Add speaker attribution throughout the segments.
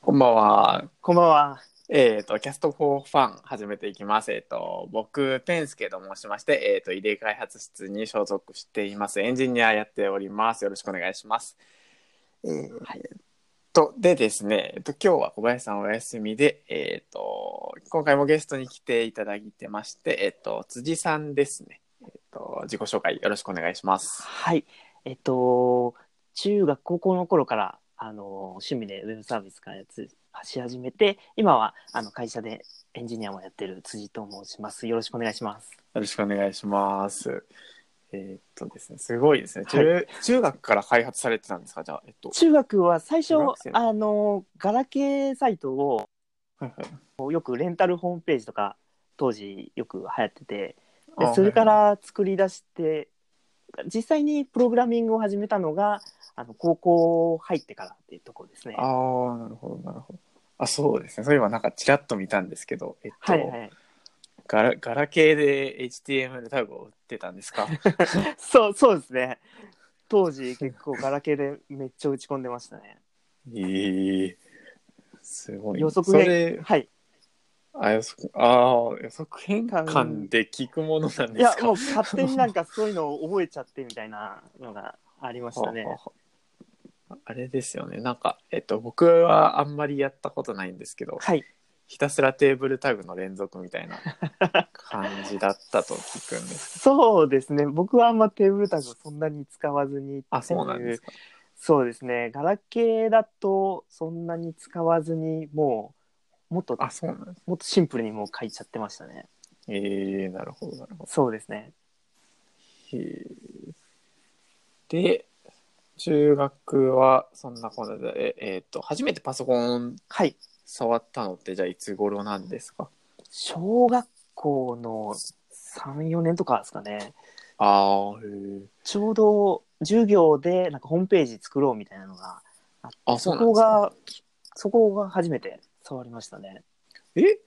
Speaker 1: こんばんは。
Speaker 2: こんばんは。
Speaker 1: えっ、と、キャストフォーファン始めていきます。えっ、と、僕、ペンスケと申しまして、えっ、と、入れ開発室に所属しています。エンジニアやっております。よろしくお願いします。
Speaker 2: えー
Speaker 1: と、でですね、えっと、今日は小林さんお休みで、えっ、と、今回もゲストに来ていただいてまして、えっ、と、辻さんですね。えっ、と、自己紹介よろしくお願いします。
Speaker 2: はい。えっと、中学、高校の頃から、あの、趣味でウェブサービス開発し始めて、今は、あの、会社でエンジニアもやってる辻と申します。よろしくお願いします。
Speaker 1: よろしくお願いします。えっ、とですね、すごいですね。
Speaker 2: は
Speaker 1: 中、中学から開発されてたんですかじゃあ、えっと。
Speaker 2: 中学は最初
Speaker 1: 中学生、
Speaker 2: あの、ガラケーサイトを、
Speaker 1: はいはい
Speaker 2: よくレンタルホームページとか、当時よく流行ってて、
Speaker 1: あ
Speaker 2: で
Speaker 1: ー
Speaker 2: それから作り出して実際にプログラミングを始めたのがあの高校入ってからっていうところですね。は
Speaker 1: ああ、なるほど、なるほど。あ、そうですね。そういえばなんかちらっと見たんですけど、えっと、
Speaker 2: いはい、
Speaker 1: ガラガラケーで HTML タグを打ってたんです か
Speaker 2: そうそうですね当時結構ガラケーでめっちゃ打ち込んでましたね。
Speaker 1: ええすごい。
Speaker 2: 予測
Speaker 1: そ
Speaker 2: で
Speaker 1: れ、
Speaker 2: はい、
Speaker 1: あ、予測、ああ、予測変換で聞くものなん
Speaker 2: い
Speaker 1: です
Speaker 2: や
Speaker 1: か
Speaker 2: もう勝手になんかそういうのを覚えちゃってみたいなのがありましたね。
Speaker 1: はあはああれですよね。なんか、えっと、僕はあんまりやったことないんですけど、
Speaker 2: はい
Speaker 1: ひたすらテーブルタグの連続みた いな感じだったと聞くんです。
Speaker 2: そうですね僕はあんまテーブルタグをそんなに使わずにっていう
Speaker 1: あ、そうなんですか。
Speaker 2: そうですね。ガラケーだとそんなに使わずにもうもっと
Speaker 1: あ、そうなんです
Speaker 2: もっとシンプルにもう書いちゃってましたね。
Speaker 1: ええなるほど、なるほど。
Speaker 2: そうですね。
Speaker 1: へえで中学はそんなこんなでええーと初めてパソコン
Speaker 2: はい。
Speaker 1: 触ったのってじゃあいつ頃なんですか
Speaker 2: 小学校の3、4年とかですかね。
Speaker 1: ああへえ
Speaker 2: ちょうど授業でなんかホームページ作ろうみたいなのが、
Speaker 1: あそ
Speaker 2: そう
Speaker 1: なんで
Speaker 2: こ
Speaker 1: すか
Speaker 2: が、そこが初めて触りましたね。
Speaker 1: え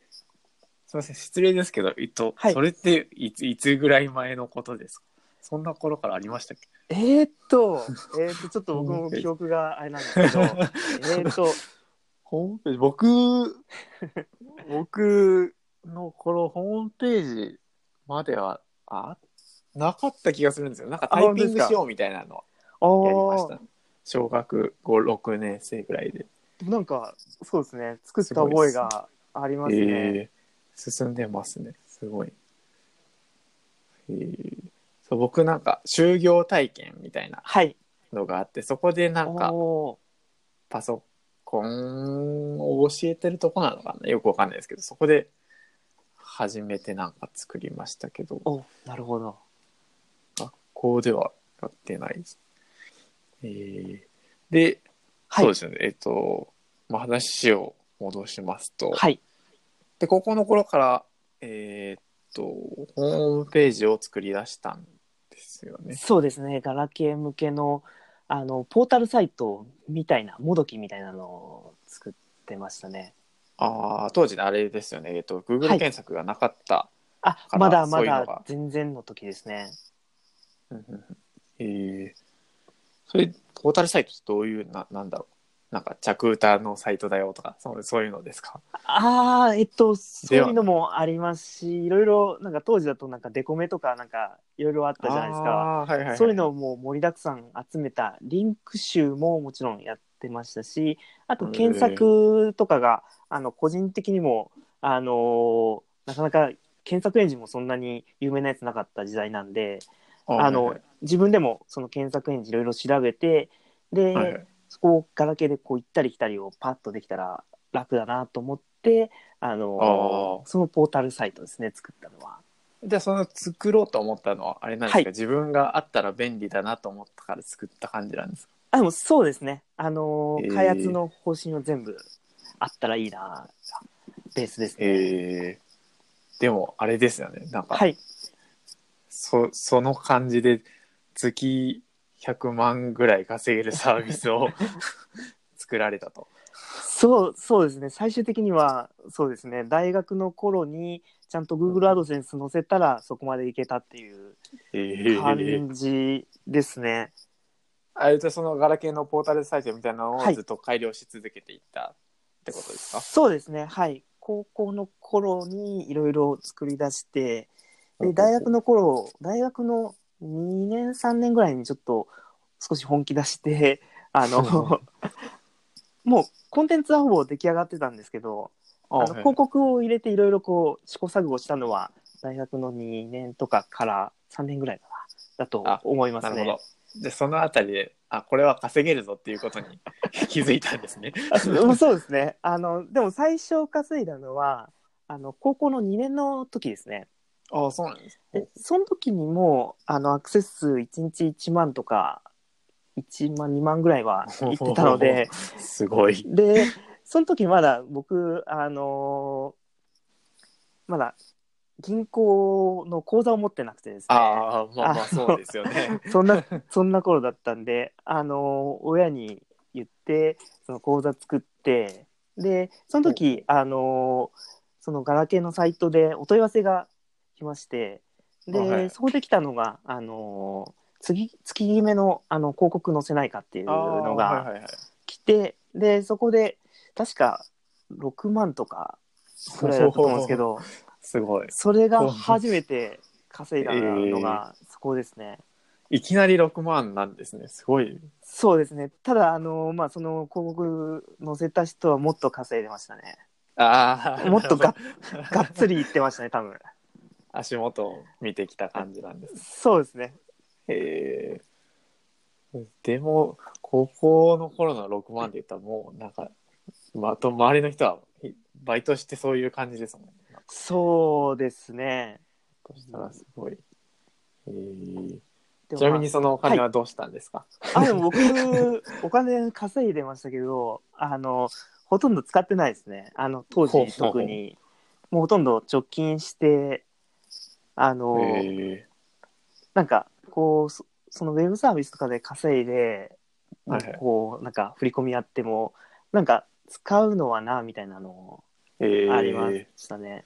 Speaker 1: すいません失礼ですけど、えっと
Speaker 2: はい
Speaker 1: それっていついつぐらい前のことですかそんな頃からありましたっけ
Speaker 2: えーっと、えーっと、ちょっと僕も記憶があれなんです けど、えーっと、
Speaker 1: ホームページ 僕僕の頃ホームページまではあなかった気がするんですよなんかタイピングしようみたいなのはやりまし
Speaker 2: あ
Speaker 1: た小学56年生ぐらいで、
Speaker 2: あ、なんか、そうですね。作った覚えがありますね。
Speaker 1: えー進んでますねすごい、えーそう僕なんか就業体験みたいな
Speaker 2: はい。
Speaker 1: のがあってそこでなんか
Speaker 2: お
Speaker 1: パソコンを教えてるとこなのかなよくわかんないですけどそこで初めてなんか作りましたけど
Speaker 2: ーお、なるほど。
Speaker 1: 学校ではやってないです、えーで、
Speaker 2: はい
Speaker 1: そうですよねえっ、と、まあ、話を戻しますと、
Speaker 2: はい。
Speaker 1: で高校の頃からえーっとホームページを作り出したんですよね。
Speaker 2: そうですね、ガラケー向けのあのポータルサイトみたいな、もどきみたいなのを作ってましたね。
Speaker 1: ああ当時のあれですよね、えっと Google
Speaker 2: はい
Speaker 1: 検索がなかった。
Speaker 2: あ
Speaker 1: から
Speaker 2: まだ
Speaker 1: そ
Speaker 2: ま
Speaker 1: ういうのが
Speaker 2: だ全然の時ですね。
Speaker 1: うんうんうんえーそれポータルサイトってどういうななんだろうなんか着歌のサイトだよとかそうそういうのですか
Speaker 2: ああ、えっと、そうい
Speaker 1: では
Speaker 2: うのもありますし、いろいろ、なんか当時だと、なんかデコメとか、なんかいろいろあったじゃないですか。
Speaker 1: あーはいはいはい、
Speaker 2: そういうのをもう盛りだくさん集めたリンク集ももちろんやってましたし、あと検索とかが、あの個人的にも、あのーなかなか検索エンジンもそんなに有名なやつなかった時代なんで、
Speaker 1: あー
Speaker 2: あ
Speaker 1: は
Speaker 2: の
Speaker 1: い
Speaker 2: 自分でもその検索エンジンいろいろ調べて、で、
Speaker 1: はいはいはい
Speaker 2: そこをガラケーでこう行ったり来たりをパッとできたら楽だなと思って、あのー
Speaker 1: あー
Speaker 2: そのポータルサイトですね、作ったのは。
Speaker 1: じゃあその作ろうと思ったのはあれなんですか、
Speaker 2: はい
Speaker 1: 自分があったら便利だなと思ったから作った感じなんですか
Speaker 2: あでもそうですね、あのー
Speaker 1: えー
Speaker 2: 開発の方針を全部あったらいいなベースですね、
Speaker 1: えー、でもあれですよねなんか、
Speaker 2: はい
Speaker 1: そその感じで月100万ぐらい稼げるサービスを 作られたと。
Speaker 2: そうそうですね最終的にはそうですね大学の頃にちゃんと Google アドセンス載せたらそこまでいけたっていう
Speaker 1: えー、
Speaker 2: 感じですね、
Speaker 1: あれとそのガラケーのポータルサイトみたいなの
Speaker 2: は
Speaker 1: を
Speaker 2: い
Speaker 1: ずっと改良し続けていったってことですか
Speaker 2: そうですねはい高校の頃にいろいろ作り出して
Speaker 1: ほうほ
Speaker 2: で
Speaker 1: う
Speaker 2: 大学の頃大学の2年3年ぐらいにちょっと少し本気出してあ のもうコンテンツはほぼ出来上がってたんですけどあの
Speaker 1: はい
Speaker 2: 広告を入れていろいろこう試行錯誤したのは大学の2年とかから3年ぐらいかなだと思います
Speaker 1: なる
Speaker 2: ね
Speaker 1: ほ。どじゃあそのあたりであこれは稼げるぞっていうことに 気づいたんですね
Speaker 2: あ そうそうですね。あの、でも最初稼いだのは、あの、高校の2年の時ですね。
Speaker 1: あそうなんです
Speaker 2: で、その時にもう、あの、アクセス数1日1万とか、1万、2万ぐらいは行ってたので、
Speaker 1: すごい
Speaker 2: で、その時まだ僕、あのーまだ銀行の口座を持ってなくてですね。
Speaker 1: ああまあまあそうですよね
Speaker 2: そんな、そんな頃だったんで、あの、親に言って、その講座作って、で、その時、あの、そのガラケーのサイトでお問い合わせが来まして、で、
Speaker 1: あはい
Speaker 2: そこで来たのが、あの、次、月決めの、あの、広告載せないか っていうの
Speaker 1: あー
Speaker 2: が
Speaker 1: はいはいはい
Speaker 2: 来て、で、そこで、確か6万とかぐらいだったと思うんですけど、
Speaker 1: すごい
Speaker 2: それが初めて稼いだのが、そこですね。
Speaker 1: いきなり6万なんですねすごい
Speaker 2: そうですね。ただ、あの、まあ、その広告載せた人はもっと稼いでました ね。
Speaker 1: ああ
Speaker 2: もっ とががっつり言ってましたね、多分。
Speaker 1: 足元を見てきた感じなんです
Speaker 2: そうですね。
Speaker 1: へえでも高校の頃の6万で言ったらもうなんか、まあ、と周りの人はバイトしてそういう感じですもんね
Speaker 2: そうですね。
Speaker 1: そしたらすごい、へえ
Speaker 2: でも
Speaker 1: ちなみにそのお金はどうしたんですか、
Speaker 2: まあ、あでも僕、お金稼いでましたけど、あの、ほとんど使ってないですね。あの、当
Speaker 1: ほうほう
Speaker 2: 時、
Speaker 1: ほう
Speaker 2: 特に。もうほとんど貯金して、あの、
Speaker 1: へ
Speaker 2: なんか、こう、そそのウェブサービスとかで稼いで、
Speaker 1: はいはい
Speaker 2: こう、なんか振り込みやっても、なんか使うのはな、みたいなの
Speaker 1: えへえ
Speaker 2: ありましたね。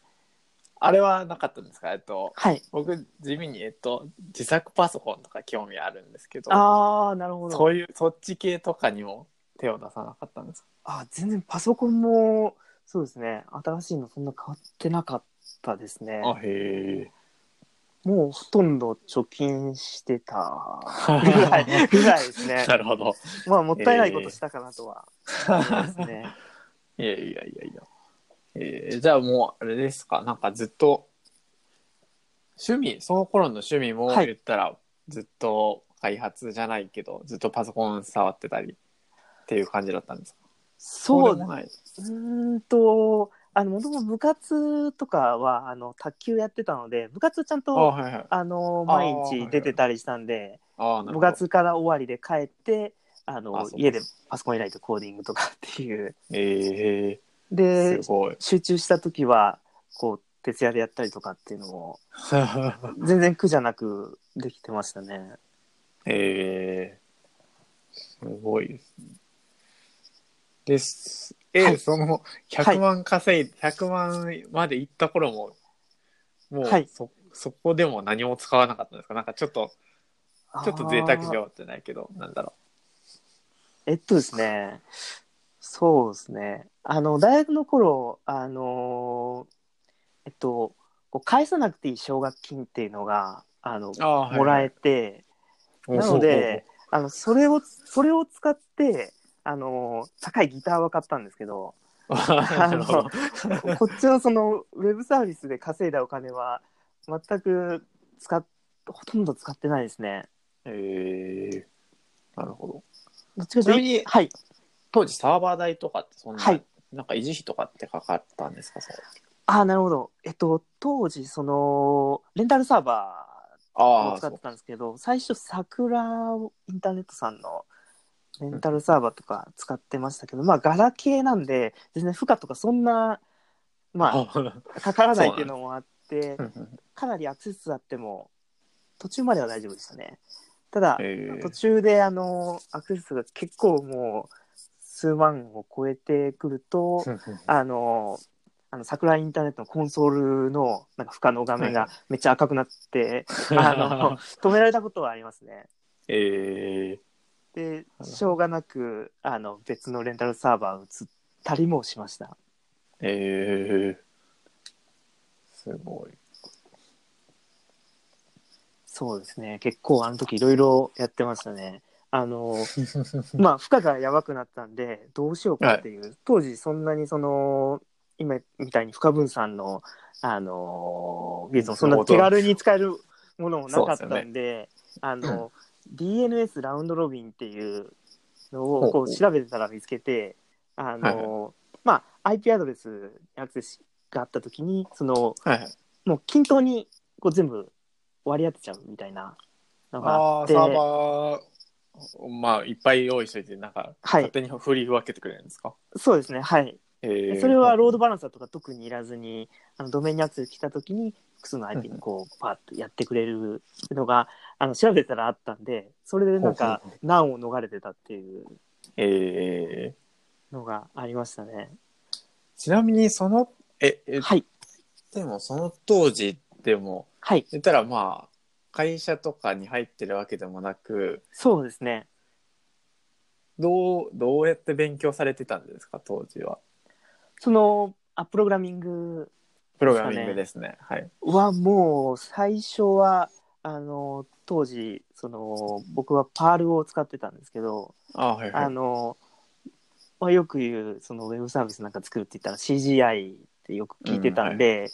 Speaker 1: あれはなかったんですかえっと
Speaker 2: はい。
Speaker 1: 僕地味に、えっと、自作パソコンとか興味あるんですけど
Speaker 2: ああ、なるほ
Speaker 1: そ
Speaker 2: ど。
Speaker 1: ういうそっち系とかにも手を出さなかったんですか
Speaker 2: あ全然パソコンも、そうですね。新しいのそんな変わってなかったですね。
Speaker 1: へえ
Speaker 2: もうほとんど貯金してた ぐ らい、ぐらいですね。
Speaker 1: なるほ ど
Speaker 2: まあ、もったいないことしたかなとは思いますね。
Speaker 1: いやいやいやいや。えーじゃあもうあれですか、なんかずっと、趣味、その頃の趣味も
Speaker 2: はい
Speaker 1: 言ったら、ずっと開発じゃないけど、ずっとパソコン触ってたりっていう感じだったんですか
Speaker 2: そう
Speaker 1: でもない。
Speaker 2: うーんと、あの、もともと部活とかは、あの、卓球やってたので、部活ちゃん
Speaker 1: あ
Speaker 2: と、
Speaker 1: はいはい。
Speaker 2: あの、
Speaker 1: あー
Speaker 2: 毎日出てたりしたんで、
Speaker 1: ああ、なるほ
Speaker 2: 部
Speaker 1: ど。
Speaker 2: 活から終わりで帰って、あの、
Speaker 1: あそうか
Speaker 2: 家でパソコン開いてコーディングとかっていう。
Speaker 1: え
Speaker 2: で
Speaker 1: ー、す、ごい。
Speaker 2: 集中した時は、こう、徹夜でやったりとかっていうのも、全然苦じゃなくできてましたね。
Speaker 1: えー、すごいですね。です。え、
Speaker 2: はい
Speaker 1: その、
Speaker 2: はい
Speaker 1: 100万稼い、100万まで行った頃も、もうそ、
Speaker 2: はい
Speaker 1: そこでも何も使わなかったんですかなんかちょっと、ちょっと贅沢しようってないけど、なんだろ
Speaker 2: えっとですね、そうですね。あの、大学の頃、あのーえっと、こう返さなくていい奨学金っていうのが、あの、
Speaker 1: う。ああ、
Speaker 2: もらえて、
Speaker 1: て
Speaker 2: なので、あの、それを、それを使って、あのー高いギターは買ったんですけど、
Speaker 1: な
Speaker 2: あ
Speaker 1: る
Speaker 2: の、
Speaker 1: ほ
Speaker 2: こっちのその、ウェブサービスで稼いだお金は、全く使っ、ほとんど使ってないですね。
Speaker 1: ど。えー、なるほど。
Speaker 2: どっちか
Speaker 1: ちな
Speaker 2: と
Speaker 1: み
Speaker 2: い
Speaker 1: に
Speaker 2: うと、はい。
Speaker 1: 当時サーバー代とかってそんな、
Speaker 2: はい
Speaker 1: なんか維持費とかってかかったんですかそう
Speaker 2: ああ、なるほど。えっと、当時、その、レンタルサーバー
Speaker 1: あ
Speaker 2: を
Speaker 1: あ、
Speaker 2: 使
Speaker 1: そ
Speaker 2: っ
Speaker 1: う
Speaker 2: てたんですけど、最初、桜インターネットさんのレンタルサーバーとか使ってましたけど、まあ、ガラケーなんで、全然負荷とかそんな、まあ、かからないっていうのもあって、かなりアクセス数あっても、途中までは大丈夫でしたね。た だ、
Speaker 1: えー
Speaker 2: 途中で、あの、アクセス数が結構もう、数万を超えてくる と、あの、あの桜インターネットのコンソールのなんか負荷の画面
Speaker 1: は
Speaker 2: がめっちゃ赤くなって、あの止められたことはありますね。
Speaker 1: え
Speaker 2: で、
Speaker 1: ほど
Speaker 2: しょうがなくあの別のレンタルサーバー移ったりもしました。
Speaker 1: ええすごい。
Speaker 2: そうですね。結構あの時いろいろやってましたね。あ の、まあ、負荷がやばくなったんで、どうしようかっていう、当時そんなにその、今みたいに負荷分散の、あのー技術もそんな手軽に使えるものもなかったんで、あの、DNS ラウンドロビンっていうのをこ
Speaker 1: ほうほ
Speaker 2: う
Speaker 1: う
Speaker 2: 調べてたら見つけて、あのーまあ、IP アドレスアクセスがあった時に、その、
Speaker 1: はいはい。
Speaker 2: もう均等にこう全部割り当てちゃうみたいなのが
Speaker 1: あ
Speaker 2: あ
Speaker 1: あ、
Speaker 2: って、
Speaker 1: サーバー、まあ、いっぱい用意しといて、なんか、
Speaker 2: は
Speaker 1: 勝
Speaker 2: い、
Speaker 1: 手に振り分けてくれるんですか、
Speaker 2: そうですね、はい。
Speaker 1: ええ
Speaker 2: それはロードバランサーとか特にいらずに、あのドメインにアクセス来た時に、複数の IP にこう、パーッとやってくれるのが、あの、調べてたらあったんで、それでなんか
Speaker 1: ほうほう、
Speaker 2: 難を逃れてたっていう
Speaker 1: ええ
Speaker 2: のがありましたね。
Speaker 1: ちなみに、その、え、え、
Speaker 2: はい。
Speaker 1: でも、その当時でも、
Speaker 2: はい。
Speaker 1: 言ったらまあ、会社とかに入ってるわけでもなく、
Speaker 2: そうですね。
Speaker 1: どう、どうやって勉強されてたんですか、当時は。
Speaker 2: その、あプログラミング
Speaker 1: プログラミングですね。はい。
Speaker 2: はもう、最初は、あの、当時、その、僕はパールを使ってたんですけど、
Speaker 1: ああ、 はいはい。
Speaker 2: あの、まあ、よく言うそのウェブサービスなんか作るって言ったら CGI ってよく聞いてたんで、
Speaker 1: うんはい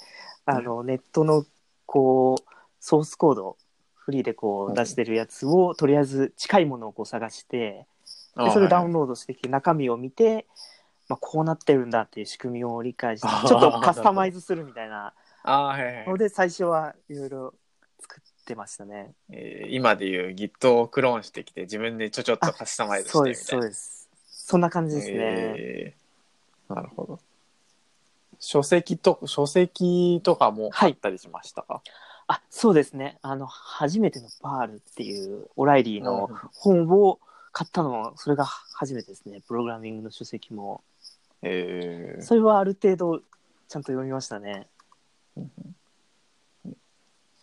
Speaker 2: あのネットのこうソースコードフリーでこ
Speaker 1: うん
Speaker 2: う出してるやつを、とりあえず近いものをこう探して
Speaker 1: あ
Speaker 2: で
Speaker 1: あ
Speaker 2: それをダウ
Speaker 1: は
Speaker 2: ン
Speaker 1: い
Speaker 2: ロードしてきて中身を見て、まあ、こうなってるんだっていう仕組みを理解して
Speaker 1: あー
Speaker 2: ちょっとカスタマイズするみたいな
Speaker 1: ああ、はいはい
Speaker 2: の。で最初はいろいろ作ってましたね。
Speaker 1: えー今でいう Git をクローンしてきて、自分でちょちょっとカスタマイズして
Speaker 2: そう
Speaker 1: み
Speaker 2: です
Speaker 1: た
Speaker 2: そ
Speaker 1: いうな。
Speaker 2: ですそんな感じですね。
Speaker 1: えーなるほど。書籍と、書籍とかも
Speaker 2: はい
Speaker 1: あったりしましたか、
Speaker 2: あそうですねあの初めてのパールっていうオライリーの
Speaker 1: うん
Speaker 2: 本を買ったのはそれが初めてですねプログラミングの書籍も
Speaker 1: えー
Speaker 2: それはある程度ちゃんと読みましたね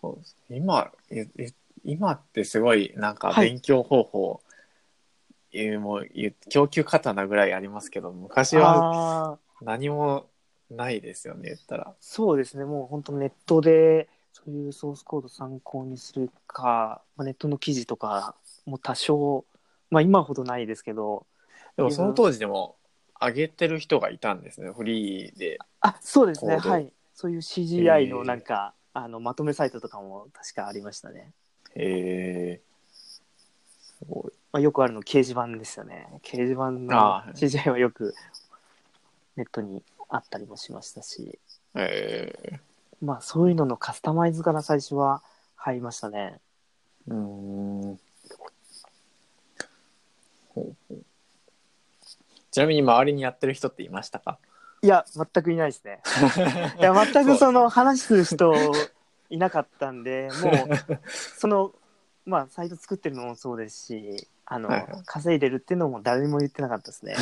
Speaker 1: そうです今、ええ今ってすごいなんか
Speaker 2: はい
Speaker 1: 勉強方法、えーもうゆ供給過多なぐらいありますけど、昔は
Speaker 2: ああ
Speaker 1: 何もないですよね、言ったら。
Speaker 2: そうですねもう本当ネットでそういうソースコード参考にするか、まあ、ネットの記事とかも多少まあ今ほどないですけど
Speaker 1: でもその当時でも上げてる人がいたんですね、フリーで。
Speaker 2: あそうですね
Speaker 1: コード
Speaker 2: はいそういう CGI のなんか、あのまとめサイトとかも確かありましたね
Speaker 1: えー、すごい。
Speaker 2: まあ、よくあるの掲示板ですよね掲示板の
Speaker 1: あー
Speaker 2: CGI はよくネットにあったりもしましたし
Speaker 1: えー、
Speaker 2: まあそういうののカスタマイズから最初は入りましたね
Speaker 1: うーんほうほうちなみに周りにやってる人っていましたか
Speaker 2: いや全くいないですねい
Speaker 1: い
Speaker 2: や全く
Speaker 1: う
Speaker 2: その話する人いなかったんで もうそのまあサイト作ってるのもそうですしあの、
Speaker 1: はいはい
Speaker 2: 稼いでるっていうのも誰も言ってなかったで すね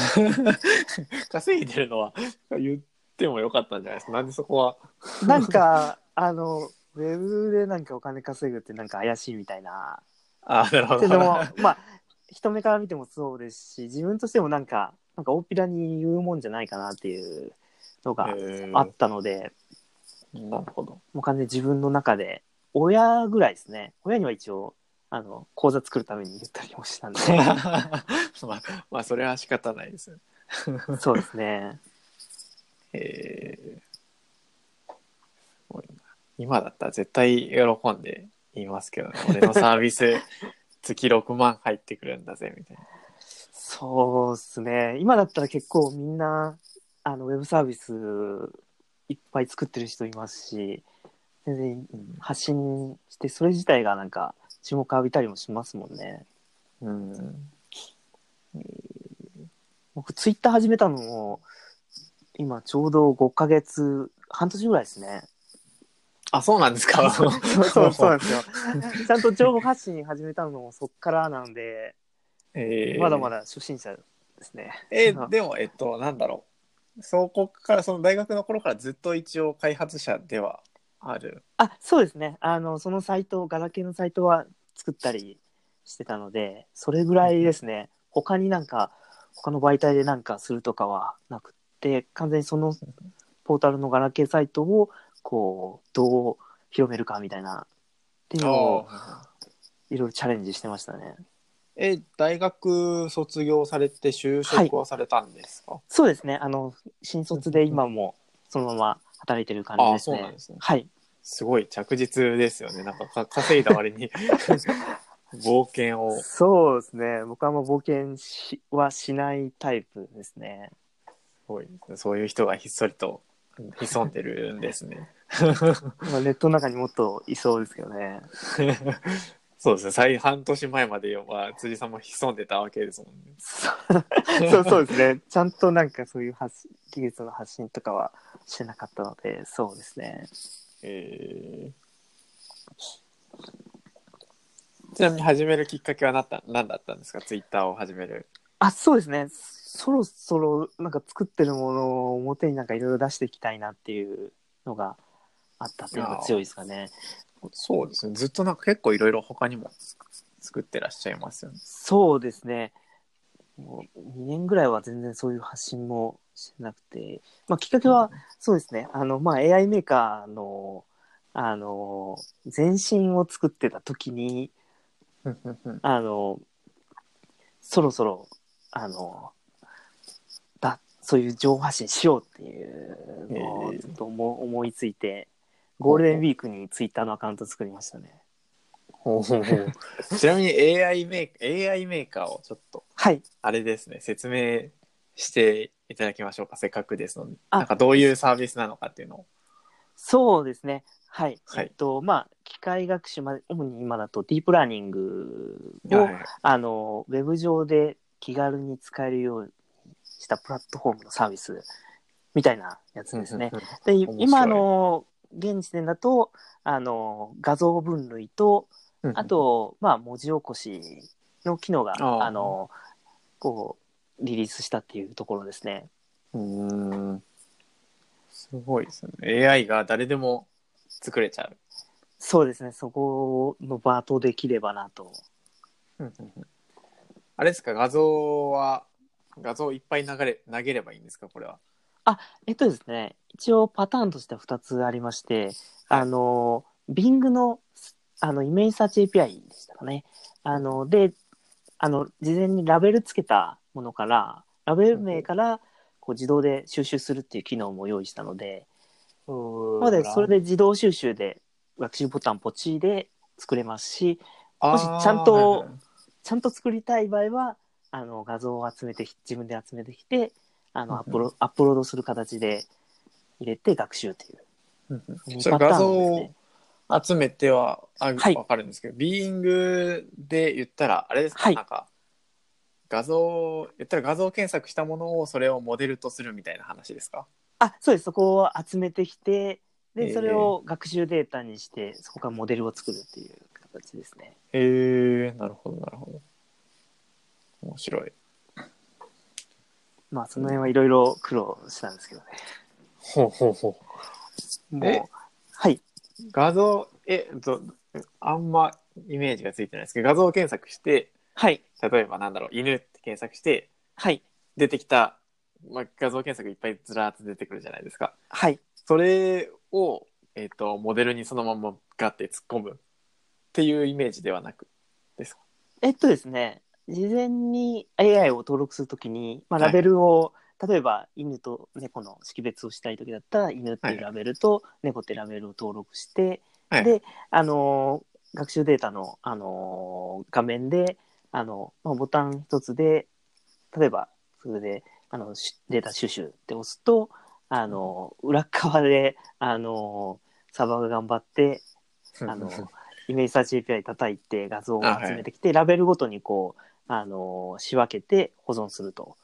Speaker 1: 稼いでるのは言ってもよかったんじゃないですかなんでそこは
Speaker 2: なんかあのウェブでなんかお金稼ぐってなんか怪しいみたいな
Speaker 1: あなるほ
Speaker 2: け
Speaker 1: ど
Speaker 2: どもまあ人目から見てもそうですし自分としてもなんかなんか大っぴらに言うもんじゃないかなっていうのが
Speaker 1: えー
Speaker 2: あったので、
Speaker 1: なるほ ど
Speaker 2: もう完全に自分の中で親ぐらいですね親には一応あの講座作るために言ったりもしたんで
Speaker 1: まあまあそれは仕方ないですよね
Speaker 2: そうですね
Speaker 1: えーすごいな今だったら絶対喜んで言いますけどね俺のサービス月6万入ってくるんだぜみたいな
Speaker 2: そうですね今だったら結構みんなあのウェブサービスいっぱい作ってる人いますし全然発信してそれ自体がなんか注目浴びたりもしますもんね。
Speaker 1: うん
Speaker 2: 僕ツイッター始めたのも今ちょうど5ヶ月半年ぐらいですね
Speaker 1: あ、そうなんですか。
Speaker 2: そう そうそうなんですよ ちゃんと情報発信始めたのもそっからなんで、
Speaker 1: えー
Speaker 2: まだまだ初心者ですね
Speaker 1: えーでも、えっと、なんだろう。そこから、その大学の頃からずっと一応開発者ではある。
Speaker 2: あそうですねあのそのサイトガラケーのサイトは作ったりしてたのでそれぐらいですね他になんか他の媒体でなんかするとかはなくって完全にそのポータルのガラケーサイトをこうどう広めるかみたいなっていうのを
Speaker 1: ああ
Speaker 2: いろいろチャレンジしてましたね。
Speaker 1: え大学卒業されて就職はされたんですか、
Speaker 2: そうですねあの新卒で今もそのまま働いてる感じ
Speaker 1: あ
Speaker 2: で
Speaker 1: あ
Speaker 2: す
Speaker 1: そう
Speaker 2: ね。
Speaker 1: なんですね
Speaker 2: はい
Speaker 1: すごい着実ですよねなんかか稼いだ割 に冒険を
Speaker 2: そうですね僕はあんま冒険しはしないタイプですね。
Speaker 1: すごいですねそういう人がひっそりと潜んでるんですね
Speaker 2: まあ、ネットの中にもっといそうですけど ね。
Speaker 1: そうですね最半年前までは辻さんも潜んでたわけですもんね
Speaker 2: そうそうそうですね。ちゃんとなんかそういう発信技術の発信とかはしてなかったので、そうですね。
Speaker 1: えーちなみに始めるきっかけはなった何だったんですかツイッターを始める
Speaker 2: あ、そうですね。そろそろなんか作ってるものを表になんかいろいろ出していきたいなっていうのがあったっていうのが強いですかね。
Speaker 1: そうですねずっとなんか結構いろいろ他にも作ってらっしゃいますよね
Speaker 2: そうですね。もう2年ぐらいは全然そういう発信もしてなくて、まあ、きっかけはそうですね。あの、まあ、AI メーカーの、あの、前身を作ってた時に、あの、そろそろ、あの、だ、そういう情報発信しようっていうのを
Speaker 1: ええ
Speaker 2: ちょっと思,、思いついて、ゴールデンウィークにツイッターのアカウント作りましたね。
Speaker 1: ちなみに AI メーカー AI メーカーをちょっと
Speaker 2: はい。
Speaker 1: あれですね説明していただきましょうかせっかくですので
Speaker 2: あ
Speaker 1: なんかどういうサービスなのかっていうのを
Speaker 2: そうですね。はい。
Speaker 1: はい
Speaker 2: えっと、まあ、機械学習、まあ、主に今だとディープラーニング を、
Speaker 1: はい
Speaker 2: あの、ウェブ上で気軽に使えるようにしたプラットフォームのサービスみたいなやつですね。で
Speaker 1: 白い
Speaker 2: 今あの現時点だとあの画像分類とあと、まあ、文字起こしの機能が
Speaker 1: あー
Speaker 2: あのこうリリースしたっていうところですね。
Speaker 1: うんすごいですね AI が誰でも作れちゃう
Speaker 2: そうですねそこのバートできればなと。
Speaker 1: あれですか、画像は、画像いっぱい流れ、投げればいいんですか、これは。
Speaker 2: えっとですね一応パターンとしては2つありましてあの Bing のあのイメージサーチ API でしたかね。あのであの事前にラベルつけたものからラベル名からこう自動で収集するっていう機能も用意したので、まあでそれ
Speaker 1: で、
Speaker 2: で自動収集で学習ボタンポチで作れますし
Speaker 1: も
Speaker 2: しちゃんとちゃんと作りたい場合はあの画像を集めてき自分で集めてきてあ
Speaker 1: うんう
Speaker 2: の
Speaker 1: ん
Speaker 2: アップロ、アップロードする形で入れて学習という
Speaker 1: それ画像
Speaker 2: で
Speaker 1: を
Speaker 2: すね
Speaker 1: 集めては、あ、
Speaker 2: はい
Speaker 1: わかるんですけど、ビーイングで言ったら、あれですか、
Speaker 2: はい
Speaker 1: なんか、画像、言ったら画像検索したものをそれをモデルとするみたいな話ですか
Speaker 2: あそうですそこを集めてきて
Speaker 1: え
Speaker 2: で
Speaker 1: え
Speaker 2: それを学習データにしてそこからモデルを作るっていう形ですね。
Speaker 1: へえなるほど、なるほど。面白い。
Speaker 2: まあその辺はいろいろ苦労したんですけどね。
Speaker 1: ほうほうほう。え
Speaker 2: もうはい
Speaker 1: 画像えとあんまイメージがついてないですけど画像検索して
Speaker 2: はい
Speaker 1: 例えばなんだろう犬って検索して
Speaker 2: はい
Speaker 1: 出てきた、まあ、画像検索いっぱいずらーっと出てくるじゃないですか
Speaker 2: はい
Speaker 1: それを、えっとモデルにそのままガッて突っ込むっていうイメージではなくですか
Speaker 2: えっとですね事前に AI を登録するときに、まあ、
Speaker 1: はい
Speaker 2: ラベルを、例えば犬と猫の識別をしたいときだったら犬って
Speaker 1: はいいう
Speaker 2: ラベルと猫っていうラベルを登録して、
Speaker 1: はい
Speaker 2: であのー学習データの、あのー画面であの、まあ、ボタン一つで例えばそれであのしデータ収集って押すとあのー裏側であのーサーバーが頑張ってあのイメージサーチ API 叩いて画像を集めてきて、ラベルごとにこう、あの仕分けて保存すると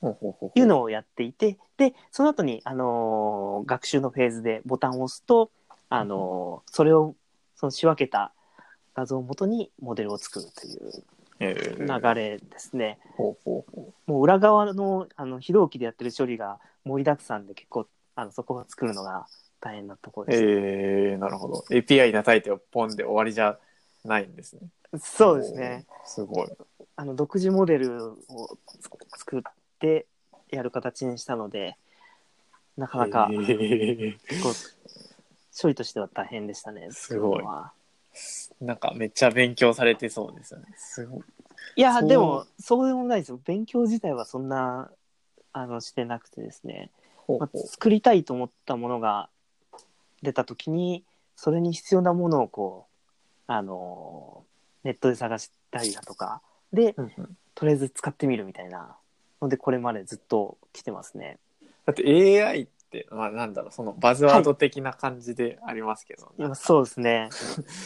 Speaker 1: ほうほうほ
Speaker 2: いうのをやっていてでその後に、あの学習のフェーズでボタンを押すと、あのそれをその仕分けた画像をもとにモデルを作るという
Speaker 1: え
Speaker 2: 流れですね。
Speaker 1: ほうほうほ
Speaker 2: もう裏側のあの非同期でやってる処理が盛りだくさんで結構あのそこを作るのが大変なところ
Speaker 1: う
Speaker 2: です。
Speaker 1: えー、なるほど API 叩いてポンで終わりじゃないんですね
Speaker 2: そうですね。
Speaker 1: おーすごい
Speaker 2: あの独自モデルをつ作ってやる形にしたので、なかなか、
Speaker 1: えー
Speaker 2: こう処理としては大変でしたね。
Speaker 1: すごい
Speaker 2: そこは
Speaker 1: なんかめっちゃ勉強されてそうですよね。すごい。
Speaker 2: いや、
Speaker 1: そう
Speaker 2: でも、そうでもないですよ。勉強自体はそんな、あの、してなくてですね。
Speaker 1: ほう
Speaker 2: まあ
Speaker 1: ほう
Speaker 2: 作りたいと思ったものが出た時にそれに必要なものをこうあのネットで探したりだとかで
Speaker 1: うんうん
Speaker 2: とりあえず使ってみるみたいなのでこれまでずっと来てますね。
Speaker 1: だって AI って、まあなんだろう、そのバズワード的な感じでありますけど、
Speaker 2: いやそうですね。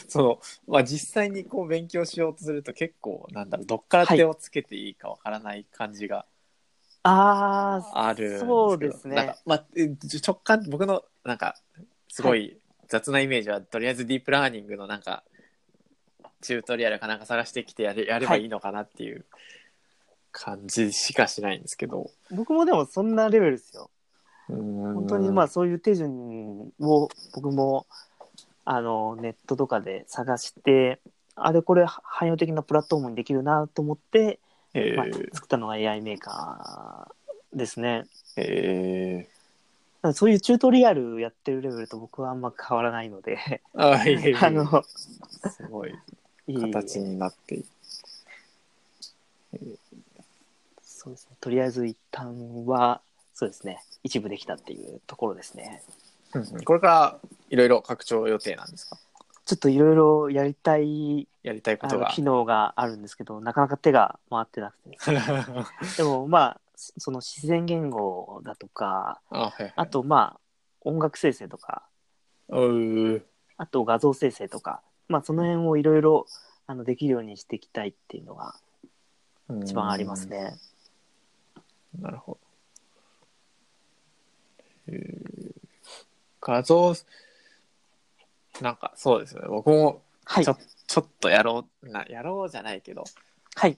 Speaker 1: その、まあ実際にこう勉強しようとすると結構、なんだろう、どっから手をつけていいかわからない感じが
Speaker 2: ああ
Speaker 1: あるんけど
Speaker 2: そうです
Speaker 1: なん
Speaker 2: ね
Speaker 1: か。まあ、え直感、僕のなんか、すごい雑なイメージは、とりあえずディープラーニングのなんか、チュートリアルかなんか探してきてやれやればいいのかなっていう感じしかしないんですけど。
Speaker 2: 僕もでもそんなレベルですよ。
Speaker 1: 本
Speaker 2: 本当にまあそういう手順を僕もあのネットとかで探してあれこれ汎用的なプラットフォームにできるなと思って
Speaker 1: え
Speaker 2: まあ
Speaker 1: ー、
Speaker 2: 作ったのが AI メーカーですね。
Speaker 1: え
Speaker 2: なんかそういうチュートリアルやってるレベルと僕はあんま変わらないので、
Speaker 1: ー、あいえいえいえ
Speaker 2: あの、
Speaker 1: すごい
Speaker 2: いい
Speaker 1: 形になっている
Speaker 2: そうですね。とりあえず一旦は、そうですね。一部できたっていうところですね。
Speaker 1: うんうんこれからいろいろ拡張予定なんですか
Speaker 2: ちょっといろいろやりたい
Speaker 1: やりたいこ
Speaker 2: あ
Speaker 1: と
Speaker 2: の
Speaker 1: が
Speaker 2: 機能があるんですけど、なかなか手が回ってなくてですね。でもまあ、そその自然言語だとか、
Speaker 1: あはいはい
Speaker 2: あとまあ、音楽生成とか、
Speaker 1: うー
Speaker 2: あと画像生成とか、まあ、その辺をいろいろあのできるようにしていきたいっていうのが一番ありますね。
Speaker 1: なるほど。えー画像、なんかそうですね。僕も
Speaker 2: はい
Speaker 1: ちょ,、。ちょっとやろうな、やろうじゃないけど、
Speaker 2: はい。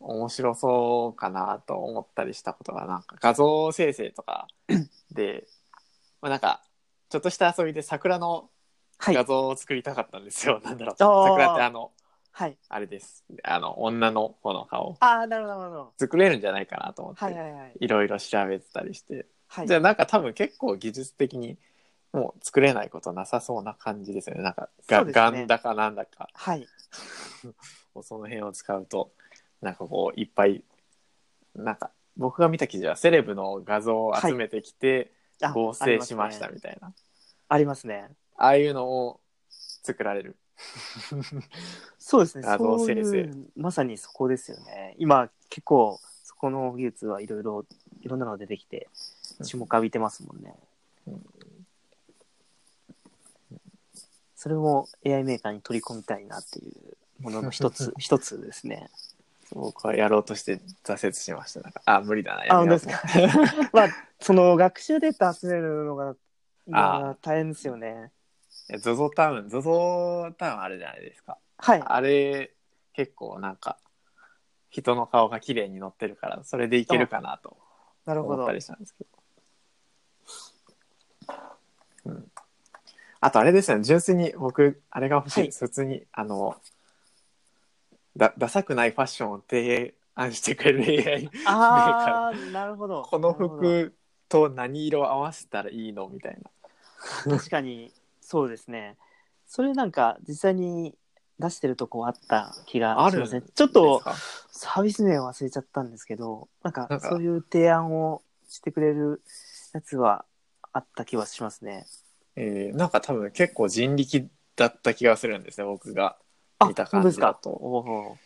Speaker 1: 面白そうかなと思ったりしたことが、なんか画像生成と かで、まあなんか、ちょっとした遊びで桜の
Speaker 2: はい。
Speaker 1: 画像を作りたかったんですよ。 なんだろう。
Speaker 2: あー
Speaker 1: 桜ってあの、
Speaker 2: はい。
Speaker 1: あれです。あの、女の子の顔。
Speaker 2: ああ、なるほど、なるほど。
Speaker 1: 作れるんじゃないかなと思って、
Speaker 2: はいはいはい。
Speaker 1: いろいろ調べてたりして、
Speaker 2: はい。
Speaker 1: じゃあなんか多分結構技術的にもう作れないことなさそうな感じですよね。なんか
Speaker 2: そ
Speaker 1: が、
Speaker 2: うですね
Speaker 1: ガンだかなんだか
Speaker 2: はい。
Speaker 1: をその辺を使うとなんかこういっぱいなんか僕が見た記事はセレブの画像を集めてきて
Speaker 2: あ
Speaker 1: 合成しましたみたいな、あ
Speaker 2: ありますね。
Speaker 1: あいうのを作られる。
Speaker 2: そうですね。
Speaker 1: 画像
Speaker 2: そうい
Speaker 1: 生成
Speaker 2: うまさにそこですよね。今、結構、そこの技術はいろいろ、いろんなのが出てきて、注目浴びてますもんね。
Speaker 1: うん
Speaker 2: それも AI メーカーに取り込みたいなっていうものの 一つ、一つですね。
Speaker 1: 僕はやろうとして挫折しました。なんかあ無理だな
Speaker 2: あ
Speaker 1: やめようと
Speaker 2: 本 まあ、その学習データ集めるのが、ま
Speaker 1: あ
Speaker 2: あ、大変ですよね。
Speaker 1: いやゾゾタウンゾゾタウンあるじゃないですか。
Speaker 2: はい。
Speaker 1: あれ結構なんか人の顔が綺麗に載ってるからそれでいけるかなと
Speaker 2: なるほ
Speaker 1: 思っ
Speaker 2: ど
Speaker 1: た。りしたんですけど。うん、あとあれですよね純粋に僕あれが欲しいです、普通にあのだダサくないファッションを提案してくれ る AI
Speaker 2: ああ、なるほど。
Speaker 1: この
Speaker 2: なる
Speaker 1: 服と何色合わせたらいいのみたいな。
Speaker 2: ほど。確かに、そうですね。それなんか、実際に出してるとこあった気がします
Speaker 1: あ
Speaker 2: ね
Speaker 1: る。
Speaker 2: ちょっと
Speaker 1: ですか
Speaker 2: サービス名忘れちゃったんですけど、なんか
Speaker 1: なんか
Speaker 2: そういう提案をしてくれるやつはあった気はしますね。
Speaker 1: えーなんか多分結構人力だった気がするんですね僕が
Speaker 2: あ、
Speaker 1: 見
Speaker 2: 本
Speaker 1: た
Speaker 2: 当
Speaker 1: 感
Speaker 2: です
Speaker 1: じだ
Speaker 2: か。
Speaker 1: と。
Speaker 2: おお。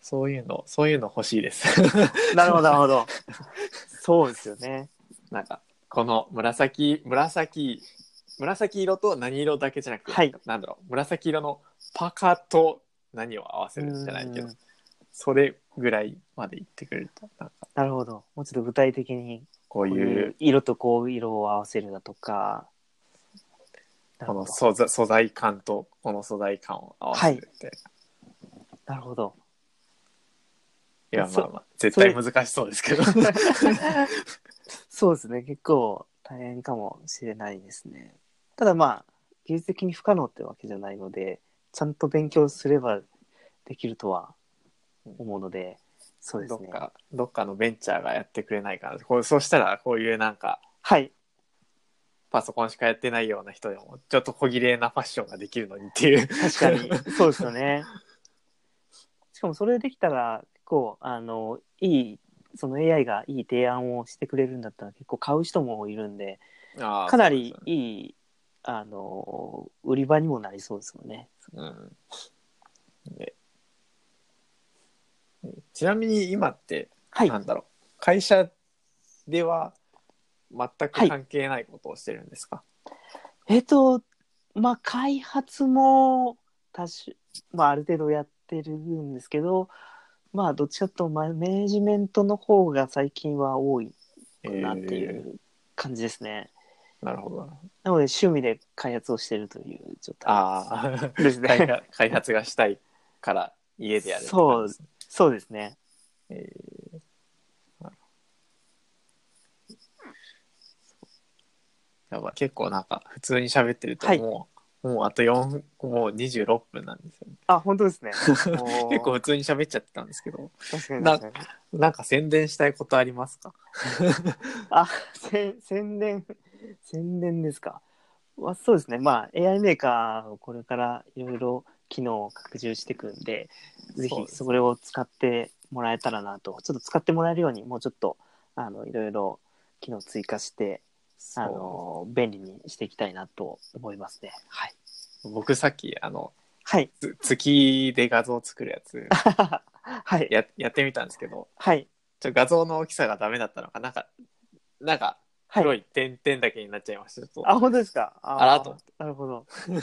Speaker 1: そういうの、そういうの欲しいです。
Speaker 2: なるほど、なるほど。そうですよね。
Speaker 1: なんか、この紫、紫、紫色と何色だけじゃなくて、
Speaker 2: はい
Speaker 1: なんだろう、紫色のパカと何を合わせるんじゃないけど
Speaker 2: うん、
Speaker 1: それぐらいまで言ってくれると、なんか、
Speaker 2: なるほど。もうちょっと具体的に
Speaker 1: こう
Speaker 2: こう
Speaker 1: い
Speaker 2: いう
Speaker 1: う、
Speaker 2: 色とこう色を合わせるだとか。
Speaker 1: こ
Speaker 2: なるほ
Speaker 1: の
Speaker 2: ど。
Speaker 1: 素材素材感と、この素材感を合わせるって、い、
Speaker 2: なるほど。
Speaker 1: や、ま
Speaker 2: そ
Speaker 1: あまあ、絶対難しそうですけど。
Speaker 2: そうですね。結構大変かもしれないですね。ただまあ、技術的に不可能ってわけじゃないので、ちゃんと勉強すればできるとは思うので、そうで
Speaker 1: ど
Speaker 2: す
Speaker 1: っ
Speaker 2: ね。
Speaker 1: か、どっかのベンチャーがやってくれないかな。こうそうしたら、こういうなんか、
Speaker 2: はい。
Speaker 1: パソコンしかやってないような人でも、ちょっと小綺麗なファッションができるのにっていう。
Speaker 2: 確かに。 そうですよね。しかもそれできたら、結構、あの、いい、その AI がいい提案をしてくれるんだったら結構買う人もいるんで、
Speaker 1: あー
Speaker 2: かなりいい、あの、売り場にもなりそうですもんね。
Speaker 1: うんでちなみに今って、
Speaker 2: はい。
Speaker 1: なんだろう会社では全く関係ないことをしてるんですか、
Speaker 2: えっと、まあ、開発も多種、まあ、ある程度やってるんですけど、まあ、どっちかというとマネージメントの方が最近は多いかなってい
Speaker 1: え
Speaker 2: う感じですね。
Speaker 1: ーなるほど
Speaker 2: なので、趣味で開発をしてるという状態
Speaker 1: あ あ
Speaker 2: です
Speaker 1: 開
Speaker 2: ね。
Speaker 1: 発開発がしたいから家でやるって
Speaker 2: そ
Speaker 1: 感
Speaker 2: う
Speaker 1: じですね
Speaker 2: そうですね。
Speaker 1: えーなるほどやばい結構なんか普通に喋ってると
Speaker 2: はい
Speaker 1: もう、もうあと4もう26分なんですよね
Speaker 2: あ、本当です ね。結
Speaker 1: 結構普通に喋っちゃってたんですけど
Speaker 2: 確かに
Speaker 1: な
Speaker 2: 確かに
Speaker 1: なんか宣伝したいことありますか
Speaker 2: あ、せ 宣伝、宣伝ですか。まあ、そうですね。まあ、AI メーカーをこれからいろいろ機能を拡充していくんで、ぜ
Speaker 1: そう
Speaker 2: ひ
Speaker 1: ですね
Speaker 2: それを使ってもらえたらなと、ちょっと使ってもらえるように、もうちょっと、あの、いろいろ機能追加して、あの、便利にしていきたいなと思いますね。はい。
Speaker 1: 僕さっきあの
Speaker 2: はい。
Speaker 1: つ月で画像作るやつ
Speaker 2: はい。
Speaker 1: ややってみたんですけど
Speaker 2: はい。
Speaker 1: ちょっと画像の大きさがダメだったのかなんかなんか
Speaker 2: は
Speaker 1: 黒
Speaker 2: い。
Speaker 1: い点々だけになっちゃいました、ちょっと
Speaker 2: あ、本当ですか。あー
Speaker 1: あらと思っ
Speaker 2: なるほど。
Speaker 1: い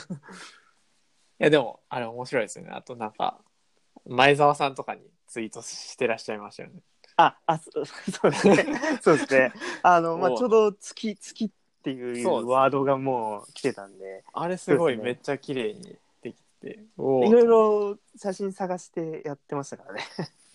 Speaker 1: やでもあれ面白いですよねあとなんか前澤さんとかにツイートしてらっしゃいましたよね
Speaker 2: あ、あ、そ そうですね。そうですね。あの、まあ、
Speaker 1: おう
Speaker 2: ちょうど月、月ってい
Speaker 1: そうで
Speaker 2: う
Speaker 1: すね
Speaker 2: ワードがもう来てたんで、
Speaker 1: あれすごい
Speaker 2: そうですね
Speaker 1: めっちゃ綺麗にできてお
Speaker 2: いろ いろ写真探してやってましたからね。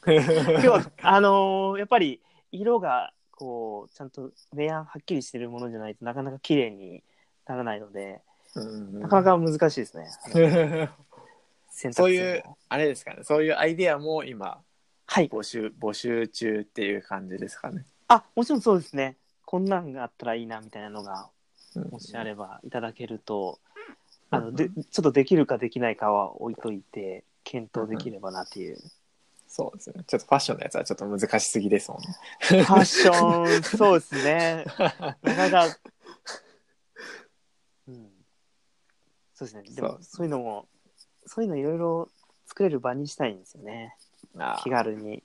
Speaker 1: ー
Speaker 2: 今日、あのーやっぱり色が、こう、ちゃんと明暗はっきりしてるものじゃないとなかなか綺麗にならないので、
Speaker 1: うん
Speaker 2: なかなか難しいですね。選択肢も
Speaker 1: そういう。 あれですかねそういうアイデアも今
Speaker 2: はい。
Speaker 1: 募集募集中っていう感じですかね、
Speaker 2: あ、もちろんそうですね。こんなんがあったらいいな、みたいなのが
Speaker 1: うん
Speaker 2: もしあればいただけると、
Speaker 1: うん
Speaker 2: あのでちょっとできるかできないかは置いといて検討できればなっていう、
Speaker 1: そうですねちょっとファッションのやつはちょっと難しすぎですもん ね
Speaker 2: ファッションそうですねなか なか、うん、そうですねでも
Speaker 1: そ
Speaker 2: そうういうのもそういうのいろいろ作れる場にしたいんですよね
Speaker 1: あ
Speaker 2: 気軽に。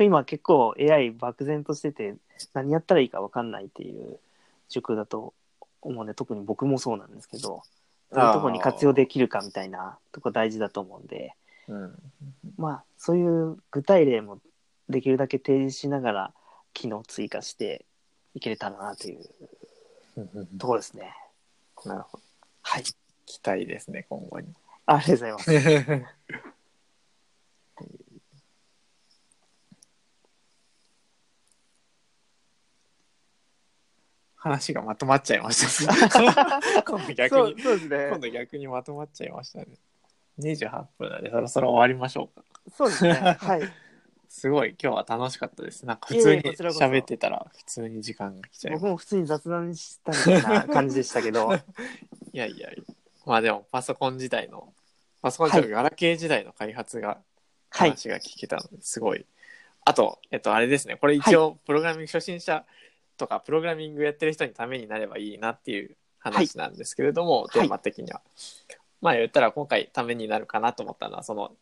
Speaker 2: 今結構 AI 漠然としてて何やったらいいか分かんないっていう塾だと思うんで特に僕もそうなんですけど、どういうところに活用できるかみたいなとこ大事だと思うんで、
Speaker 1: うん
Speaker 2: まあ、そういう具体例もできるだけ提示しながら、機能追加していけれたらなというところですね。
Speaker 1: なるほど
Speaker 2: はい。
Speaker 1: 期待ですね今後に
Speaker 2: ありがとうございます。
Speaker 1: 話がまとまっちゃいま した。今度逆に、
Speaker 2: そうそうです
Speaker 1: 今。度逆にまとまっちゃいましたね。28分なんで、そろそろ終わりましょうか。
Speaker 2: そうですね。はい。
Speaker 1: すごい、今日は楽しかったです。なんか普
Speaker 2: いえ
Speaker 1: 通
Speaker 2: いえ
Speaker 1: に
Speaker 2: こちらこそ
Speaker 1: 喋ってたら、普通に時間が来ちゃいます
Speaker 2: 僕。も普通に雑談したみたいな感じでしたけど、
Speaker 1: いやいや、まあでもパソコン時代の、パソコン時代、
Speaker 2: はい
Speaker 1: ガラケー時代の開発が、
Speaker 2: はい。
Speaker 1: 話が聞けたのですごい。あと、えっと、あれですね、これ一応、プログラミング初心者とか、プログラミングやってる人にためになればいいなっていう話なんですけれども、
Speaker 2: は
Speaker 1: テ
Speaker 2: い
Speaker 1: ーマ的には。まあ言ったら今回ためになるかなと思ったのは、その、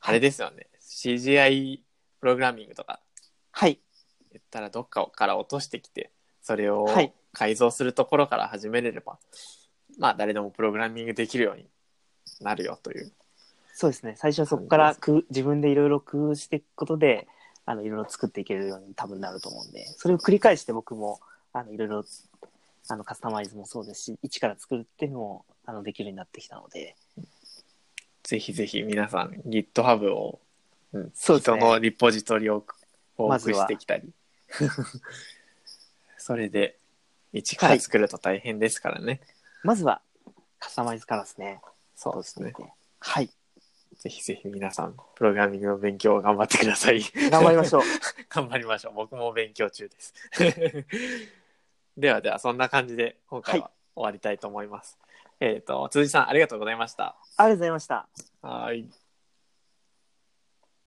Speaker 1: あれですよね、CGI プログラミングとか
Speaker 2: はい。
Speaker 1: 言ったらどっかから落としてきてそれを
Speaker 2: はい
Speaker 1: 改造するところから始めれれば、まあ誰でもプログラミングできるようになるよという
Speaker 2: そうですね。最初はそこから工夫自分でいろいろ工夫していくことで、あのいろいろ作っていけるように多分なると思うんで、それを繰り返して僕もあのいろいろあのカスタマイズもそうですし、一から作るっていうのもあのできるようになってきたので、
Speaker 1: ぜひぜひ皆さん GitHub を、うん
Speaker 2: そうです
Speaker 1: 人
Speaker 2: ね
Speaker 1: のリポジトリを多
Speaker 2: まず
Speaker 1: く
Speaker 2: は
Speaker 1: してきたり それで一から作ると大変ですからね、
Speaker 2: まずはカスタマイズからですね。
Speaker 1: そうですね
Speaker 2: はい。
Speaker 1: ぜひぜひ皆さん、プログラミングの勉強を頑張ってください。
Speaker 2: 頑張りましょう。
Speaker 1: 頑張りましょう。僕も勉強中です。 ではでは、そんな感じで今回は終わりたいと思います。えっ、と、辻さん、ありがとうございました。
Speaker 2: ありがとうございました。
Speaker 1: はい。